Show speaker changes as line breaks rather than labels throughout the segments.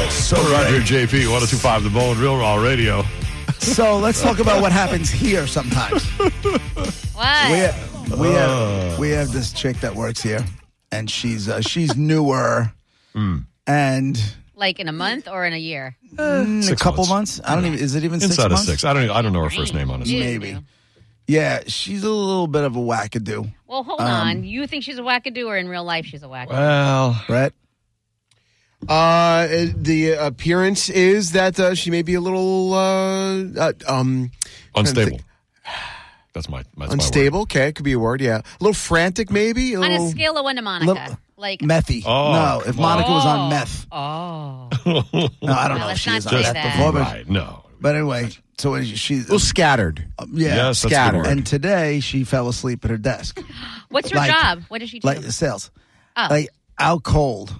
Roger and JP, 1025 The Bone Real Raw Radio.
So let's talk about what happens here sometimes.
What?
We have, we
Oh.
have we have this chick that works here, and she's uh, she's newer,
Mm.
and
like in a month or in a year?
in a
Six
couple
months.
months. I don't even. Is it even six
Inside of
months?
six. I don't e, I don't know her first name, honestly.
You
Maybe.
do.
Yeah, she's a little bit of a wackadoo,
Well, hold
Um,
on. You think she's a wackadoo, or in real life she's a wackadoo?
Well,
right?
Uh, it- the appearance is that uh, she may be a little uh, uh, um,
unstable. That's my that's
unstable. Okay, it could be a word. Yeah, a little frantic, maybe. A
on a
little,
scale of one to Monica,
Little-
like
Methy.
Oh,
no, if
come
Monica was on
Oh.
meth.
Oh,
No, I don't know if
let's
she
not
was on
say
meth
that.
before,
My
but,
word. Right. No.
but anyway, so what is she- she's
a little scattered.
um, yeah,
Yes, that's the
scattered.
word.
and today she fell asleep at her desk,
what's her
Like-
job? What does she do?
like sales,
Oh.
like out cold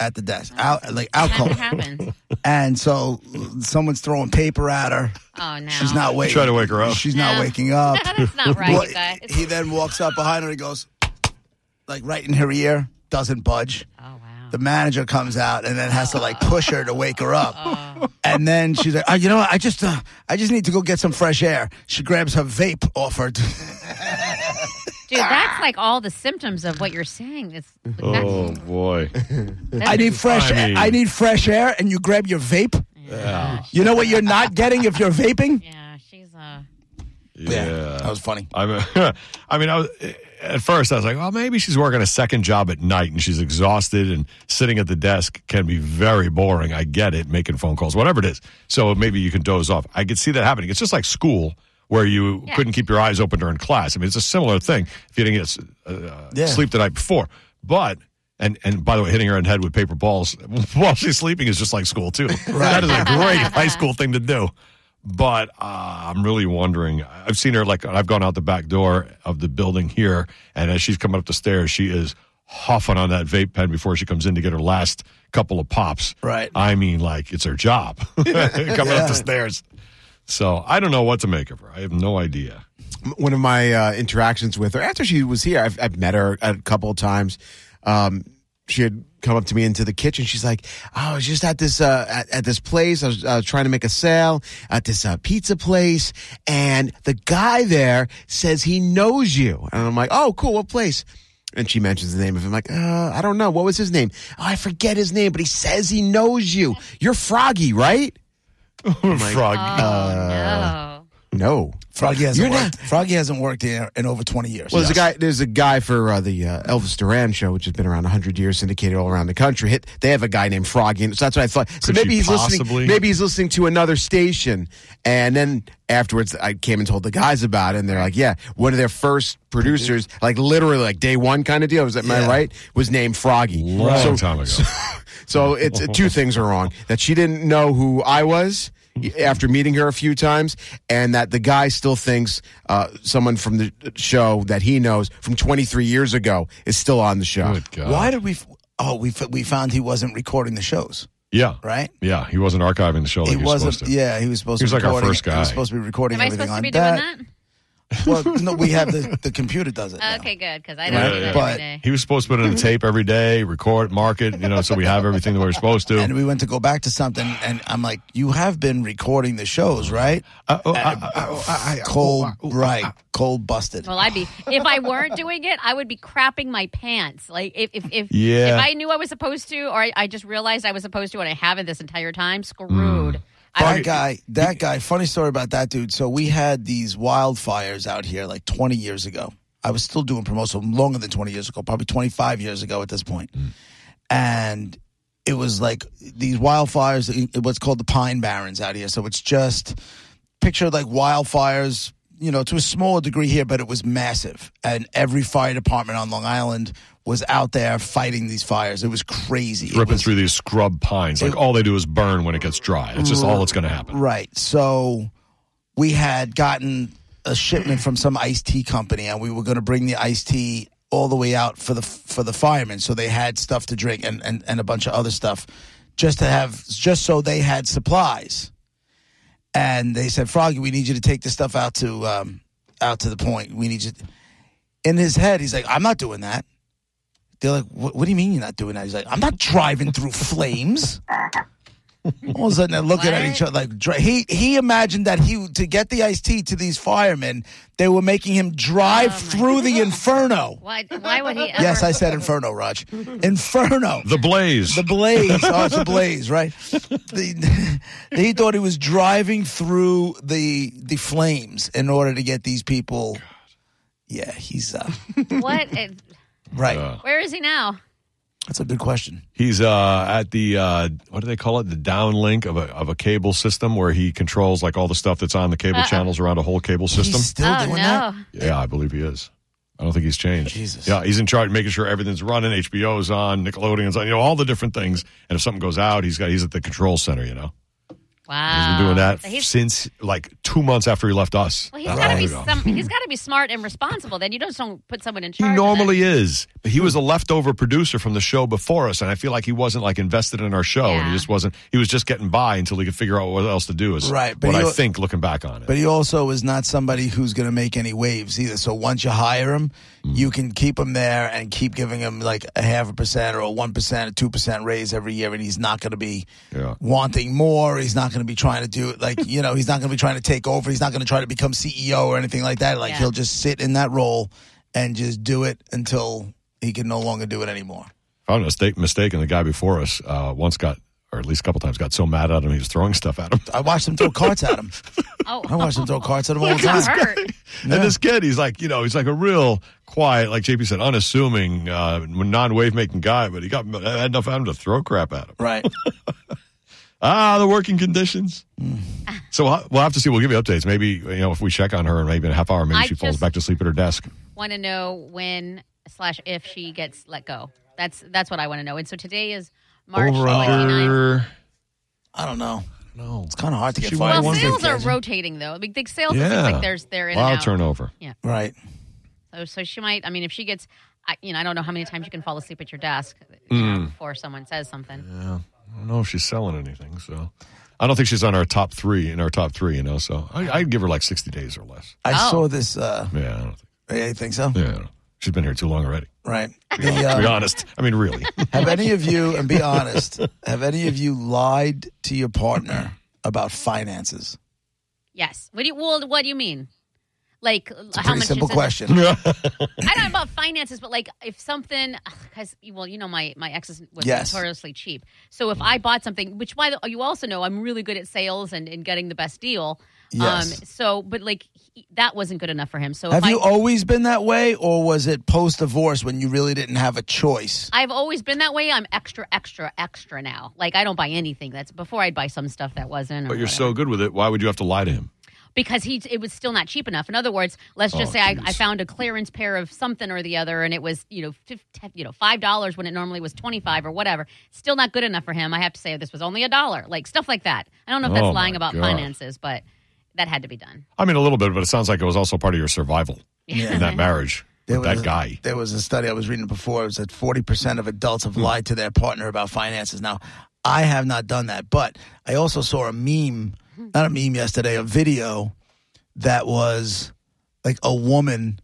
at the desk, out like out
Sometimes
cold,
it happens.
and so someone's throwing paper at her.
Oh no,
She's not waking.
Try to wake her up.
She's
No.
not waking up.
That's not right,
Well,
you guys.
he then walks up behind her and goes, like right in her ear, doesn't budge.
Oh wow.
The manager comes out and then has to like push her to wake her up. And then she's like, oh, you know what? I just, uh, I just need to go get some fresh air. She grabs her vape off her.
Dude, that's like all the symptoms of what you're saying. It's like,
Oh boy.
that's,
I need fresh
I
air.
mean-
I need fresh air. And you grab your vape.
Yeah.
You know what you're not getting if you're vaping?
Yeah, she's uh
That
Yeah.
was funny.
I mean, I mean, I was at first I was like, well, maybe she's working a second job at night and she's exhausted and sitting at the desk can be very boring. I get it, making phone calls, whatever it is. So maybe you can doze off. I could see that happening. It's just like school where you
Yeah.
couldn't keep your eyes open during class. I mean, it's a similar thing if you didn't get uh,
Yeah.
sleep the night before, but. And, and by the way, hitting her in the head with paper balls while she's sleeping is just like school too. That is a great high school thing to do. But uh, I'm really wondering. I've seen her like I've gone out the back door of the building here, and as she's coming up the stairs, she is huffing on that vape pen before she comes in to get her last couple of pops.
Right.
I mean, like it's her job coming up the stairs. So I don't know what to make of her. I have no idea.
one of my uh, interactions with her after she was here. I've, I've met her a couple of times. Um, she had come up to me into the kitchen. She's like, "Oh, I was just at this uh, at, at this place. I was uh, trying to make a sale at this uh, pizza place, and the guy there says he knows you." And I'm like, "Oh, cool. What place?" And she mentions the name of him. Like, uh, I don't know. What was his name? Oh, I forget his name, but he says he knows you. You're Froggy, right?
Frog.
Uh,
oh
No.
Froggy
You're
hasn't
not-
worked. Froggy hasn't worked here in over 20 years.
Well, there's a guy. There's a guy for uh, the uh, Elvis Duran show, which has been around 100 years, syndicated all around the country. Hit. They have a guy named Froggy, and so that's what I thought. So
Could
maybe
she
he's
possibly-
listening. Maybe he's listening to another station, and then afterwards, I came and told the guys about it, and they're like, "Yeah, one of their first producers, like literally, like day one kind of deal. Was that am I
Yeah.
right? Was named Froggy.
Long
So-
time ago.
so it's two things are wrong: that she didn't know who I was after meeting her a few times, and that the guy still thinks uh, someone from the show that he knows from 23 years ago is still on the show.
Good God.
Why did we? F- oh, we f- we found he wasn't recording the shows,
Yeah.
right?
Yeah. He wasn't archiving the show like
he
he, was
wasn't.
supposed to.
Yeah, he was supposed
He was
to.
like our
recording-
first
He was
guy.
supposed to be recording
Am I
everything on
supposed to be doing
that.
that?
Well, no, we have the the computer does it. now.
Okay, good, because I don't
Yeah,
do
yeah.
that
But-
every day.
He was supposed to put in a tape every day, record, market, you know, so we have everything that we're supposed to.
And we went to go back to something, and I'm like, "You have been recording the shows, right?"
Uh, oh,
And-
uh, uh,
cold, right? cold busted.
Well, I'd be if I weren't doing it, I would be crapping my pants. Like if if if,
Yeah.
if I knew I was supposed to, or I, I just realized I was supposed to, and I haven't this entire time, screwed.
Hmm.
I
That guy, that guy. Funny story about that dude. So we had these wildfires out here like 20 years ago. I was still doing promotion longer than 20 years ago, probably 25 years ago at this point. And it was like these wildfires, in what's called the Pine Barrens out here. So it's just picture like wildfires, you know, to a smaller degree here, but it was massive. And every fire department on Long Island was out there fighting these fires. It was crazy. It
ripping
was-
through these scrub pines. Like all they do is burn when it gets dry. That's just all that's going to happen.
Right. So we had gotten a shipment from some iced tea company, and we were going to bring the iced tea all the way out for the for the firemen. So they had stuff to drink and and, and a bunch of other stuff, just to have just so they had supplies. And they said, Froggy, we need you to take this stuff out to um, out to the point. We need you. In his head, he's like, I'm not doing that. They're like, what, what do you mean you're not doing that? He's like, I'm not driving through flames. All of a sudden, they're looking at
What?
each other like dry. he he imagined that he to get the iced tea to these firemen, they were making him
Oh
drive through the inferno.
Why? Why would he? Ever?
Yes, I said inferno, Raj. Inferno.
The Blaze.
The blaze. Oh, it's a blaze, right? The, he thought he was driving through the the flames in order to get these people. Yeah, he's uh,
What? it-
right.
Yeah.
Where is he now?
That's a good question.
He's uh, at the uh, what do they call it? The downlink of a of a cable system where he controls like all the stuff that's on the cable channels around a whole cable system.
He's still
oh
doing
no.
that.
yeah, I believe he is. I don't think he's changed.
Jesus.
Yeah, he's in charge, of making sure everything's running. HBO's on, Nickelodeon's on, you know, all the different things. And if something goes out, he's got he's at the control center. You know,
Wow.
he's been doing that
Uh, So he's,
since like two months after he left us.
well, he's
Oh,
Not
got to
long
be
ago.
some. He's got to be smart and responsible. Then you just don't put someone in
He
charge. of that.
normally is. But he was a leftover producer from the show before us, and I feel like he wasn't like invested in our show, and he
Yeah.
just wasn't. He was just getting by until he could figure out what else to do. Is
Right, but
what
he
I
wa-
think looking back on it.
But he also is not somebody who's going to make any waves either. So once you hire him,
Mm.
you can keep him there and keep giving him like a half a percent or a one percent or two percent raise every year, and he's not going to be
Yeah.
wanting more. He's not going to be trying to do it like you know. He's not going to be trying to take over. He's not going to try to become CEO or anything like that. Like
Yeah.
he'll just sit in that role and just do it until he can no longer do it anymore.
if I'm not mistake, mistaken, the guy before us uh, once got, or at least a couple times, got so mad at him he was throwing stuff at him.
I watched him throw carts at him.
Oh,
I watched him throw carts at him all the
he got
time.
hurt.
And this kid, he's like, you know, he's like a real quiet, like JP said, unassuming, uh, non-wave making guy, but he got had enough of him to throw crap at him.
Right.
Ah, the working conditions. So we'll- we'll have to see. We'll give you updates. Maybe you know if we check on her in maybe in a half hour, maybe
I
she falls
just-
back to sleep at her desk.
Want to know when slash if she gets let go? That's that's what I want to know. And so today is March 29th.
I don't know.
No,
It's kind of hard to get
She
fired.
wanted
Well,
one
sales are
vacation.
rotating though. I mean, the sales it
Yeah.
seems like there's they're in
a lot
and
of
out.
turnover.
Right.
So, so she might. I mean, if she gets, I, you know, I don't know how many times you can fall asleep at your desk you
Mm.
know, before someone says something.
I don't know if she's selling anything. So I don't think she's on our top three in our top three. You know, so I, I'd give her like sixty days or less.
I
Oh.
saw this. Uh,
Yeah, I don't think.
yeah, you think so?
Yeah, I don't know. she's been here too long already.
Right. The,
To be
uh,
honest, I mean, really.
have any of you, and be honest, have any of you lied to your partner about finances?
Yes. What do you? Well, what do you mean? Like uh,
It's a
how
pretty
much?
simple
is it-
question.
I don't know about finances, but like if something, because well, you know, my my ex is- was
Yes.
notoriously cheap. So if I bought something, which why the, you also know I'm really good at sales and, and getting the best deal. Um,
Yes.
So, but like he, that wasn't good enough for him. So if
Have
I,
you always been that way, or was it post divorce when you really didn't have a choice?
I've always been that way. I'm extra, extra, extra now. Like I don't buy anything that's before I'd buy some stuff that wasn't. or
But you're
whatever.
so good with it. Why would you have to lie to him?
because he it was still not cheap enough. In other words, let's just
Oh,
say I,
geez.
I found a clearance pair of something or the other, and it was you know fif- te- you know five dollars when it normally was twenty five or whatever. Still not good enough for him. I have to say this was only a dollar, like stuff like that. I don't know if that's
Oh,
lying
my
about
God.
finances, but that had to be done.
I mean, a little bit, but it sounds like it was also part of your survival in that marriage
There
with
was
that
a-
guy.
There was a study I was reading before. It was that forty percent of adults
Hmm.
have lied to their partner about finances. Now, I have not done that, but I also saw a meme,
Hmm.
not a meme yesterday, a video that was like a woman.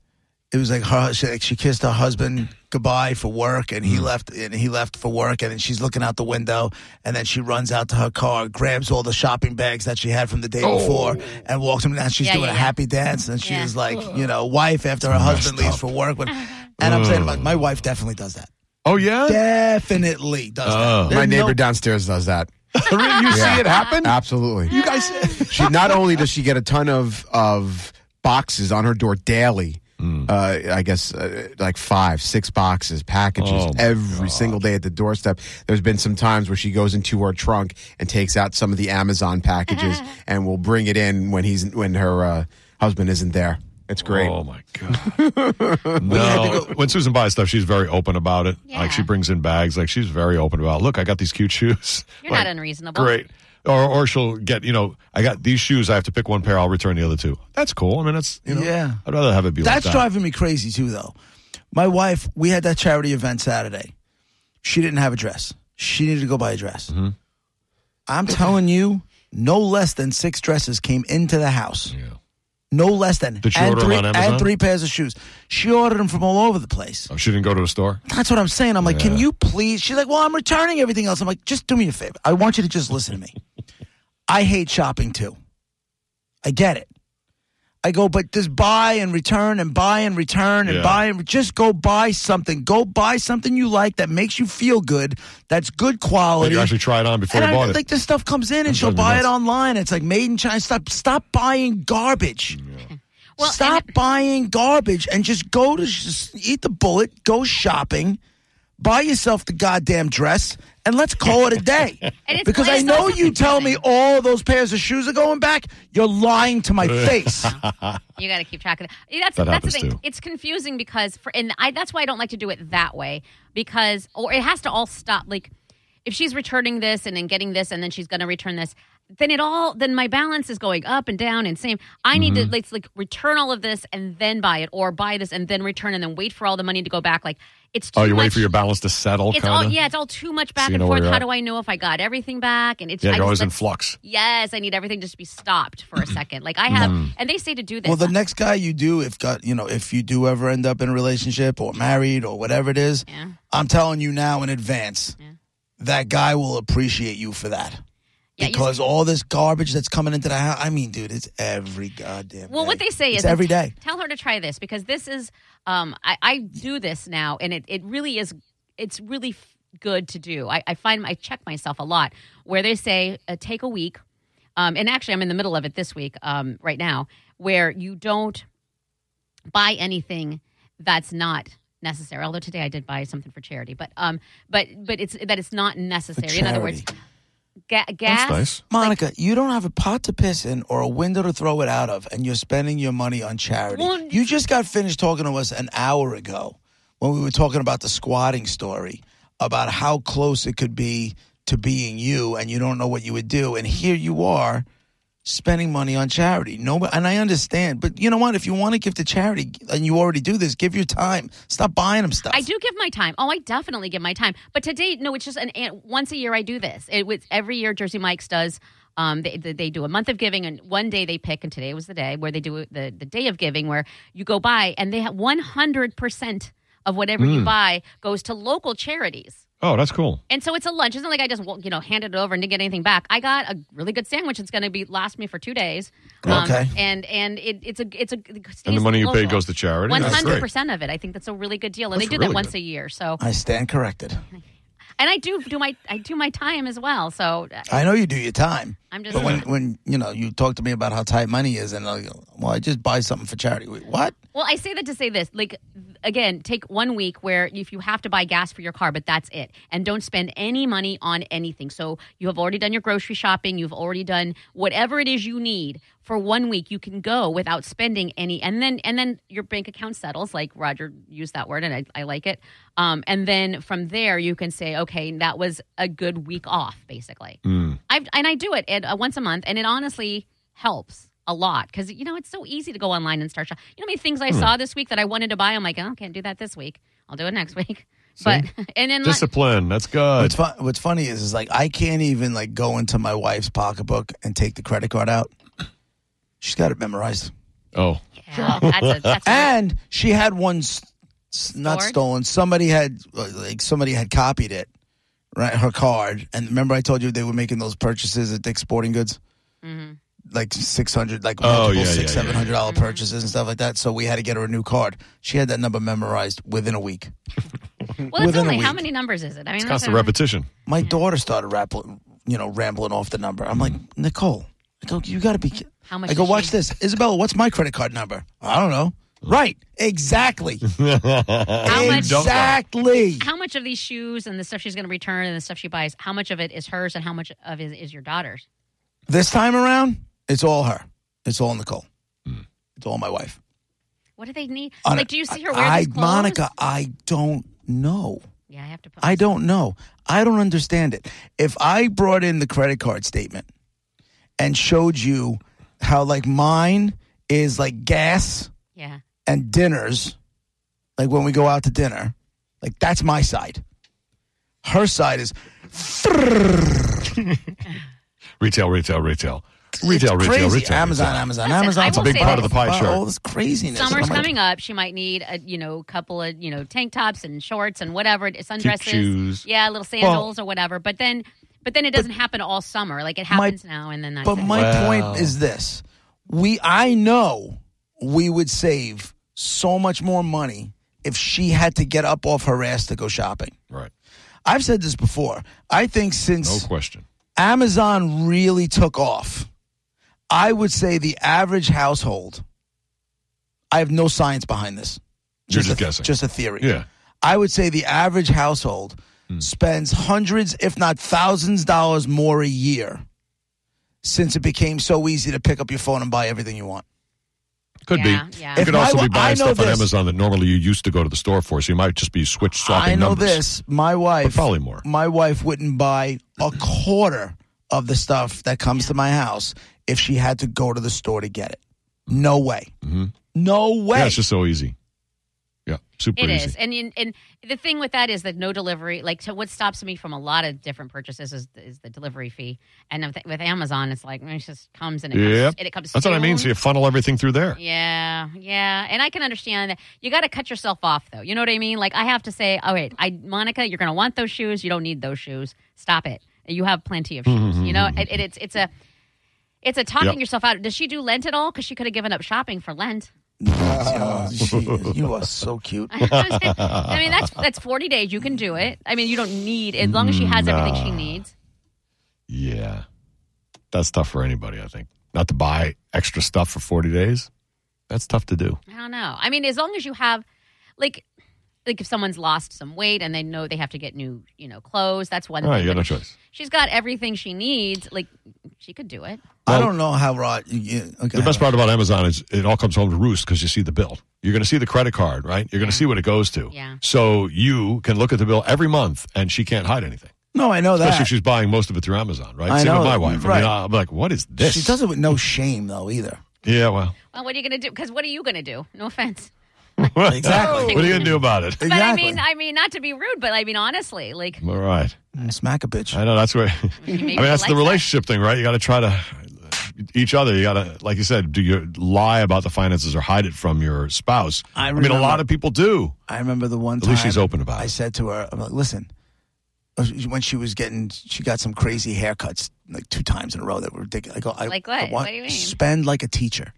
It was like her. She, like she kissed her husband goodbye for work, and
Hmm.
he left. And he left for work, and then she's looking out the window, and then she runs out to her car, grabs all the shopping bags that she had from the day before,
Oh.
and walks him down. She's
Yeah,
doing
yeah,
a
yeah.
happy dance, and she
Yeah.
is like, you know, wife after her husband leaves
up.
for work. But, and I'm saying, like, my wife definitely does that.
Oh yeah,
Definitely does
Oh.
that. There's
My neighbor
no-
downstairs does that.
you see it happen.
Absolutely. You guys. she not only does she get a ton of of boxes on her door daily.
Mm.
Uh, I guess uh, like five, six boxes, packages
Oh, my
every single day at the doorstep. There's been some times where she goes into her trunk and takes out some of the Amazon packages and will bring it in when he's when her uh, husband isn't there. It's great.
Oh my god! no, when Susan buys stuff, she's very open about it.
Yeah.
Like she brings in bags. Like she's very open about. Look, I got these cute shoes.
You're
Like,
not unreasonable.
Great. Or, or she'll get, you know, I got these shoes. I have to pick one pair. I'll return the other two. That's cool. I mean, that's, you know,
Yeah.
I'd rather have it be
That's
like that.
driving me crazy, too, though. My wife, we had that charity event Saturday. She didn't have a dress. She needed to go buy a dress.
Mm-hmm.
I'm telling you, no less than six dresses came into the house.
Yeah.
no less than
Did she
and
order 'em
three
on Amazon?
and three pairs of shoes. She ordered them from all over the place.
Oh, she didn't go to a store.
That's what I'm saying. I'm like, can
Yeah.
you please? She's like, well, I'm returning everything else. I'm like, just do me a favor. I want you to just listen to me. I hate shopping too. I get it. I go, but just buy and return and buy and return and
Yeah.
buy and just go buy something. Go buy something you like that makes you feel good. That's good
Did
quality.
you actually try it on before
and
you
I
bought
don't
it?
think this stuff comes in, and she'll
driving me
buy it
nuts.
online. It's like made in China. Stop, stop buying garbage.
Well, and
Stop
it-
buying garbage and just go to just eat the bullet, go shopping, buy yourself the goddamn dress, and let's call it a day.
And it's
because I
last
know
also
you tell me
confusing.
all those pairs of shoes are going back. You're lying to my face.
You got to keep track of that. Yeah, That's
That
that's the
happens
thing.
too.
It's confusing because for and I that's why I don't like to do it that way because or it has to all stop like if she's returning this and then getting this and then she's going to return this then it all then my balance is going up and down and same i need
Mm-hmm.
to like, like return all of this and then buy it or buy this and then return and then wait for all the money to go back like it's too
Oh, you
much.
wait for your balance to settle.
it's
kinda?
all yeah it's all too much back
you know
and
where
forth
you're
how
at.
do i know if i got everything back and it's
Yeah,
I
you're
just
always in
like-
flux.
yes i need everything just to be stopped for a second like i have
Mm-hmm.
and they say to do this
well, the next guy you do, if got you know, if you do ever end up in a relationship or married or whatever it is,
Yeah.
I'm telling you now in advance, that guy will appreciate you for that.
Yeah, you-
because all this garbage that's coming into the house, I mean, dude, it's every goddamn.
Well,
day.
what they say
It's
is
every day.
Tell her to try this because this is. Um, I, I do this now, and it, it really is. It's really f- good to do. I, I find I check myself a lot where they say uh, take a week, um, and actually I'm in the middle of it this week um, right now where you don't buy anything that's not necessary. Although today I did buy something for charity, but um, but but it's that it's not necessary. In other words, ga- gas.
That's nice.
Monica, you don't have a pot to piss in or a window to throw it out of, and you're spending your money on charity.
Well-
you just got finished talking to us an hour ago when we were talking about the squatting story, about how close it could be to being you, and you don't know what you would do. And here you are spending money on charity. No, and I understand, but you know what? If you want to give to charity, and you already do this, give your time. Stop buying them stuff.
I do give my time. Oh, I definitely give my time. But today, no, it's just an, an once a year I do this. It was every year Jersey Mike's does. Um, they, they they do a month of giving, and one day they pick, and today was the day where they do the the day of giving, where you go by, and they have one hundred percent of whatever you buy goes to local charities.
Oh, that's cool.
And so it's a lunch. It's not like I just you know handed it over and didn't get anything back. I got a really good sandwich. It's going to be last me for two days. Um,
Okay.
And and it, it's a it's a
And the money you paid goes to charity.
One
That's
hundred
great.
percent of it. I think that's a really good deal, and
That's
they do
really
that once
good.
a year. So
I stand corrected.
and I do do my I do my time as well. So uh,
I know you do your time.
I'm just
But when, when you know you talk to me about how tight money is, and I go, well, I just buy something for charity. Wait, what?
well, I say that to say this. Like again, take one week where if you have to buy gas for your car, but that's it, and don't spend any money on anything. So you have already done your grocery shopping. You've already done whatever it is you need for one week. You can go without spending any, and then and then your bank account settles. Like Roger used that word, and I, I like it. Um, and then from there, you can say, okay, that was a good week off, basically. I've and I do it at, uh, once a month, and it honestly helps a lot because you know it's so easy to go online and start shopping. You know, how many things
Hmm.
I saw this week that I wanted to buy. I'm like, oh, can't do that this week. I'll do it next week. But and then like,
Discipline. That's good.
What's, fun, what's funny is, is like I can't even like go into my wife's pocketbook and take the credit card out. She's got it memorized,
Oh,
yeah, that's a, that's a,
and she had one s- s- not
Stored?
stolen. Somebody had uh, like somebody had copied it, right? Her card. And remember, I told you they were making those purchases at Dick's Sporting Goods.
mm-hmm.
like six hundred, like
Oh,
multiple
yeah,
six,
yeah, yeah,
seven hundred dollar purchases and stuff like that. So we had to get her a new card. She had that number memorized within a week.
well, it's
within a
only how
week.
many numbers is it? I mean, that's
constant
what I'm-
repetition.
My daughter started rappling, you know, rambling off the number. I'm like, Nicole, I go, you got to be. ki-"
How much
I go,
did she-
watch this, Isabella. What's my credit card number? I don't know. Right, exactly,
How much?
exactly.
How much of these shoes and the stuff she's going to return and the stuff she buys? How much of it is hers and how much of it is your daughter's?
This time around, it's all her. It's all Nicole. It's all my wife.
What do they need?
On
like,
a-
do you see her wear
I,
these clothes?
Monica, I don't know.
Yeah, I have to put.
I don't know. I don't understand it. If I brought in the credit card statement and showed you how like mine is like gas
Yeah.
and dinners, like when we go out to dinner, like that's my side. Her side is
Retail, retail, retail. Retail,
it's
retail,
crazy.
retail,
Amazon,
retail.
Amazon,
Listen,
Amazon.
I It's a will big say part of this.
the pie
Wow,
chart.
All this craziness. Oh
Summer's
I'm like,
coming up. She might need a you know couple of you know tank tops and shorts and whatever sundresses.
shoes.
Yeah, little sandals or whatever. But then, but then it doesn't happen all summer. Like it
My-
happens now and then. That's
But
it.
my
Wow.
point is this: we, I know, we would save so much more money if she had to get up off her ass to go shopping.
Right.
I've said this before. I think
No
since
question.
Amazon really took off, I would say the average household. I have no science behind this.
You're just
a,
guessing.
Just a theory.
Yeah. Hmm.
I would say the average household spends hundreds, if not thousands, dollars more a year since it became so easy to pick up your phone and buy everything you want.
Could
Yeah,
be.
yeah.
You
If
could also
my-
be
I
buying
know
stuff on
this.
Amazon that normally you used to go to the store for, so you might just be switch swapping
I know
numbers.
this. My wife
probably more.
My wife wouldn't buy a quarter of the stuff that comes to my house if she had to go to the store to get it. No way.
Mm-hmm.
No way.
Yeah, it's just so easy. Yeah, super
It
easy.
is, and and and the thing with that is that no delivery. Like, so what stops me from a lot of different purchases is, is the delivery fee. And with- with Amazon, it's like it just comes and it
Yep.
comes, and it comes.
That's what I mean.
soon.
So you funnel everything through there.
Yeah, yeah, and I can understand that. You got to cut yourself off, though. You know what I mean? Like I have to say, all right, I Monica, you're going to want those shoes. You don't need those shoes. Stop it. You have plenty of shoes. You know, it, it, it's it's a it's a talking
Mm-hmm. Yep.
yourself out. Does she do Lent at all? Because she could have given up shopping for Lent.
Oh, she- you are so cute.
I mean, that's that's forty days. You can do it. I mean, you don't need as long as she has everything she needs.
Yeah. That's tough for anybody, I think. Not to buy extra stuff for 40 days. That's tough to do.
I don't know. I mean, as long as you have, like, like if someone's lost some weight and they know they have to get new, you know, clothes. That's one
All right,
thing.
you got
But
no
if she-
choice.
She's got everything she needs. Like, she could do it.
I
Well-
don't know how Rod. You, okay,
The best part about Amazon is it all comes home to roost because you see the bill. You're going to see the credit card, right? You're going to see what it goes to.
Yeah.
So you can look at the bill every month and she can't hide anything.
No, I know
Especially if
that.
she's buying most of it through Amazon, right?
I
Same with
know,
my wife. I
right.
mean, I'm like, what is this?
She does it with no shame though either.
Yeah, well.
Well, what are you going to do? Because what are you going to do? No offense.
Exactly.
what are you going to do about it?
But I
Exactly.
mean, I mean, not to be rude, but I mean, honestly, like,
All right.
Mm, Smack a bitch.
I know that's where. I
maybe
mean,
you
that's
like
the
that.
relationship thing, right? You got to try to each other. You got to, like you said, do you lie about the finances or hide it from your spouse?
I
mean, a
remember-
lot of people do.
I remember the one
At
time.
least she's open about
I
it.
said to her, I'm like, listen, uh, when she was getting, she got some crazy haircuts like two times in a row that were ridiculous. I go, I,
Like what?
I want-
What do you mean?
Spend like a teacher.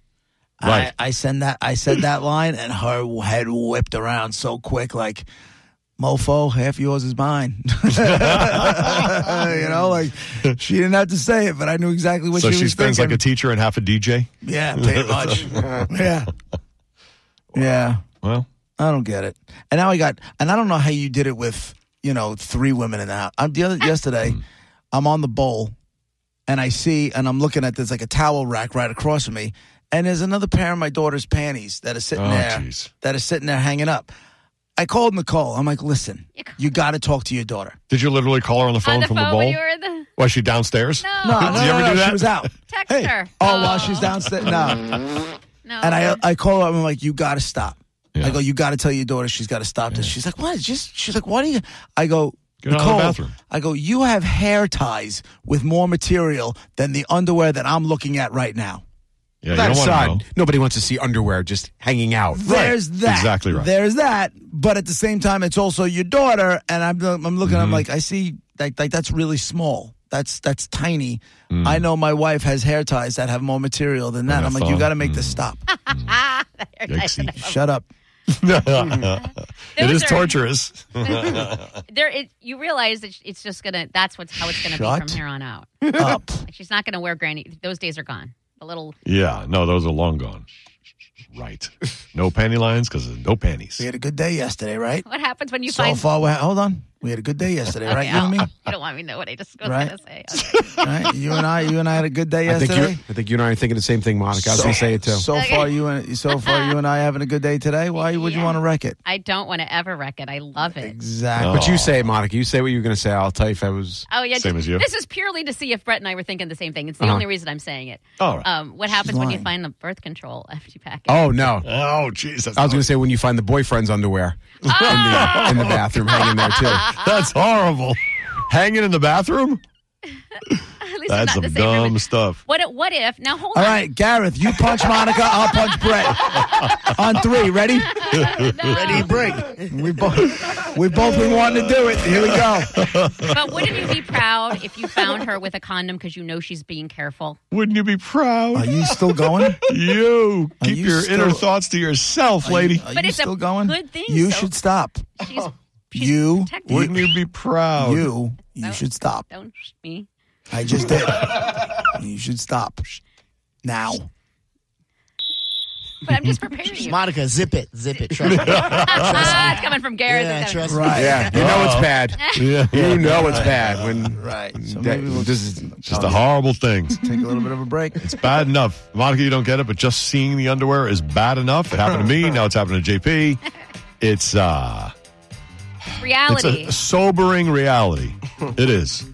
Right.
I, I send that. I said that line, and her head whipped around so quick, like, "Mofo, half yours is mine." you know, like she didn't have to say it, but I knew exactly what
so
she,
she
was
spends like
thinking.
a teacher and half a DJ.
yeah, pretty much. yeah, yeah.
Well,
I don't get it. And now I got, and I don't know how you did it with, you know, three women in the house. I'm, the other, yesterday,
Mm.
I'm on the bowl and I see, and I'm looking at there's like a towel rack right across from me. And there's another pair of my daughter's panties that are sitting
Oh,
there,
jeez.
that are sitting there hanging up. I called Nicole. I'm like, listen,
You called-
you got to talk to your daughter.
did you literally call her on the phone
on the
from
phone
the bowl?
when you were in the
Was she downstairs?
no,
No, no,
Did you
no,
ever
no,
do
she
that?
was out.
text
Hey.
her.
Oh, while she's downstairs. No.
No.
And I I call her up. I'm like, you got to stop.
Yeah.
I go, you got to tell your daughter she's got to stop this. She's like, what? Just she's like, why do you? I go,
Get out of the
Nicole.
bathroom.
I go, you have hair ties with more material than the underwear that I'm looking at right now.
Yeah, you
that
don't
aside,
want to know.
nobody wants to see underwear just hanging out.
There's that.
Exactly right.
There's that. But at the same time, it's also your daughter. And I'm I'm looking.
Mm-hmm.
I'm like, I see like like that's really small. That's that's tiny.
Mm.
I know my wife has hair ties that have more material than that.
a
I'm like, you
thumb.
got to make this stop.
Ah,
Yikesy.
Shut up.
it
Those
is
are-
torturous.
there, it, you realize that it's just gonna. That's what's how it's gonna be
Shut.
from here on out.
Up.
Like, she's not gonna wear granny. Those days are gone. The little
yeah, no, those are long gone. Right. No panty lines because there's no panties.
We had a good day yesterday, right?
what happens when you
So
find.
far, we hold on. We had a good day yesterday, right?
Okay,
You and me,
I'll- you don't want me to know what I just was
Right.
gonna say. Okay.
right? You and I, you and I had a good day
I think
yesterday.
you. I think you and I are thinking the same thing, Monica. I was
So-
going to say it too.
So
Okay.
far, you and so far you and I having a good day today. Why would you
Yeah.
want to wreck it?
I don't want to ever wreck it. I love it.
Exactly.
but
Oh.
you say it, Monica. You say what you were going to say. I'll tell you if I was.
Oh yeah,
Same
just-
as you.
This is purely to see if Brett and I were thinking the same thing. It's the
Uh-huh.
only reason I'm saying it.
All right.
Um, what happens when you
lying.
find the birth control empty package?
Oh no.
Oh, jeez.
I was going to say when you find the boyfriend's underwear
Ah,
in, the, in the bathroom hanging there too.
That's horrible. Hanging in the bathroom?
At least
That's
I'm
some
not the same room
dumb
as-
stuff.
What? if- What if? Now hold
All
on.
right, Gareth, you punch Monica, I'll punch Brett. On three, ready?
No.
break. We both we both been wanting to do it. Here we go.
But wouldn't you be proud if you found her with a condom because you know she's being careful?
Wouldn't you be proud?
Are you still going?
you
Are
keep
you
your inner
still-
thoughts to yourself, lady.
Are
But
you
it's a
still going?
good thing,
You
so-
should stop.
She's, she's
You
protected.
Wouldn't Oh, you be proud?
Oh.
You you
No.
should stop.
Don't sh- me.
I just did. You should stop. Now.
But I'm just preparing you.
Monica, zip it, zip it. Trust me.
ah, it's coming from Garrett.
yeah,
It's coming-
trust me.
Right.
Yeah, you know it's bad.
Yeah.
You know it's bad when
Right. So
that-
maybe we'll
this is
Just a horrible thing.
take a little bit of a break.
It's bad enough. Monica, you don't get it, but just seeing the underwear is bad enough. It happened to me. Now it's happening to JP. It's uh it's
Reality.
a sobering reality. It is.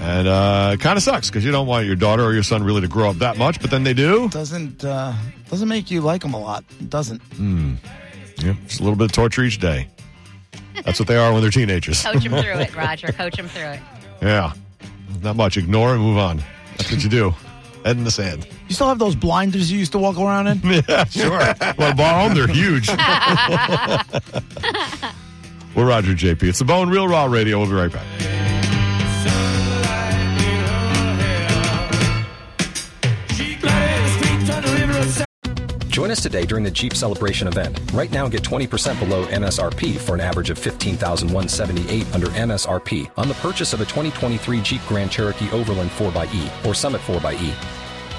And uh, it kind of sucks because you don't want your daughter or your son really to grow up that much, but then they do.
Doesn't uh doesn't make you like them a lot. It doesn't.
Yeah, it's a little bit of torture each day. That's what they are when they're teenagers.
Coach him through it, Roger. Coach him through it.
Yeah. Not much. Ignore and move on. That's what you do. Head in the sand.
You still have those blinders you used to walk around in?
Yeah, sure. well, borrow them. They're huge. We're Roger JP. It's the Bone Real Raw Radio. We'll be right back.
Join us today during the Jeep Celebration event. Right now, get 20% below MSRP for an average of 15178 under MSRP on the purchase of a 2023 Jeep Grand Cherokee Overland 4xE or Summit 4xE.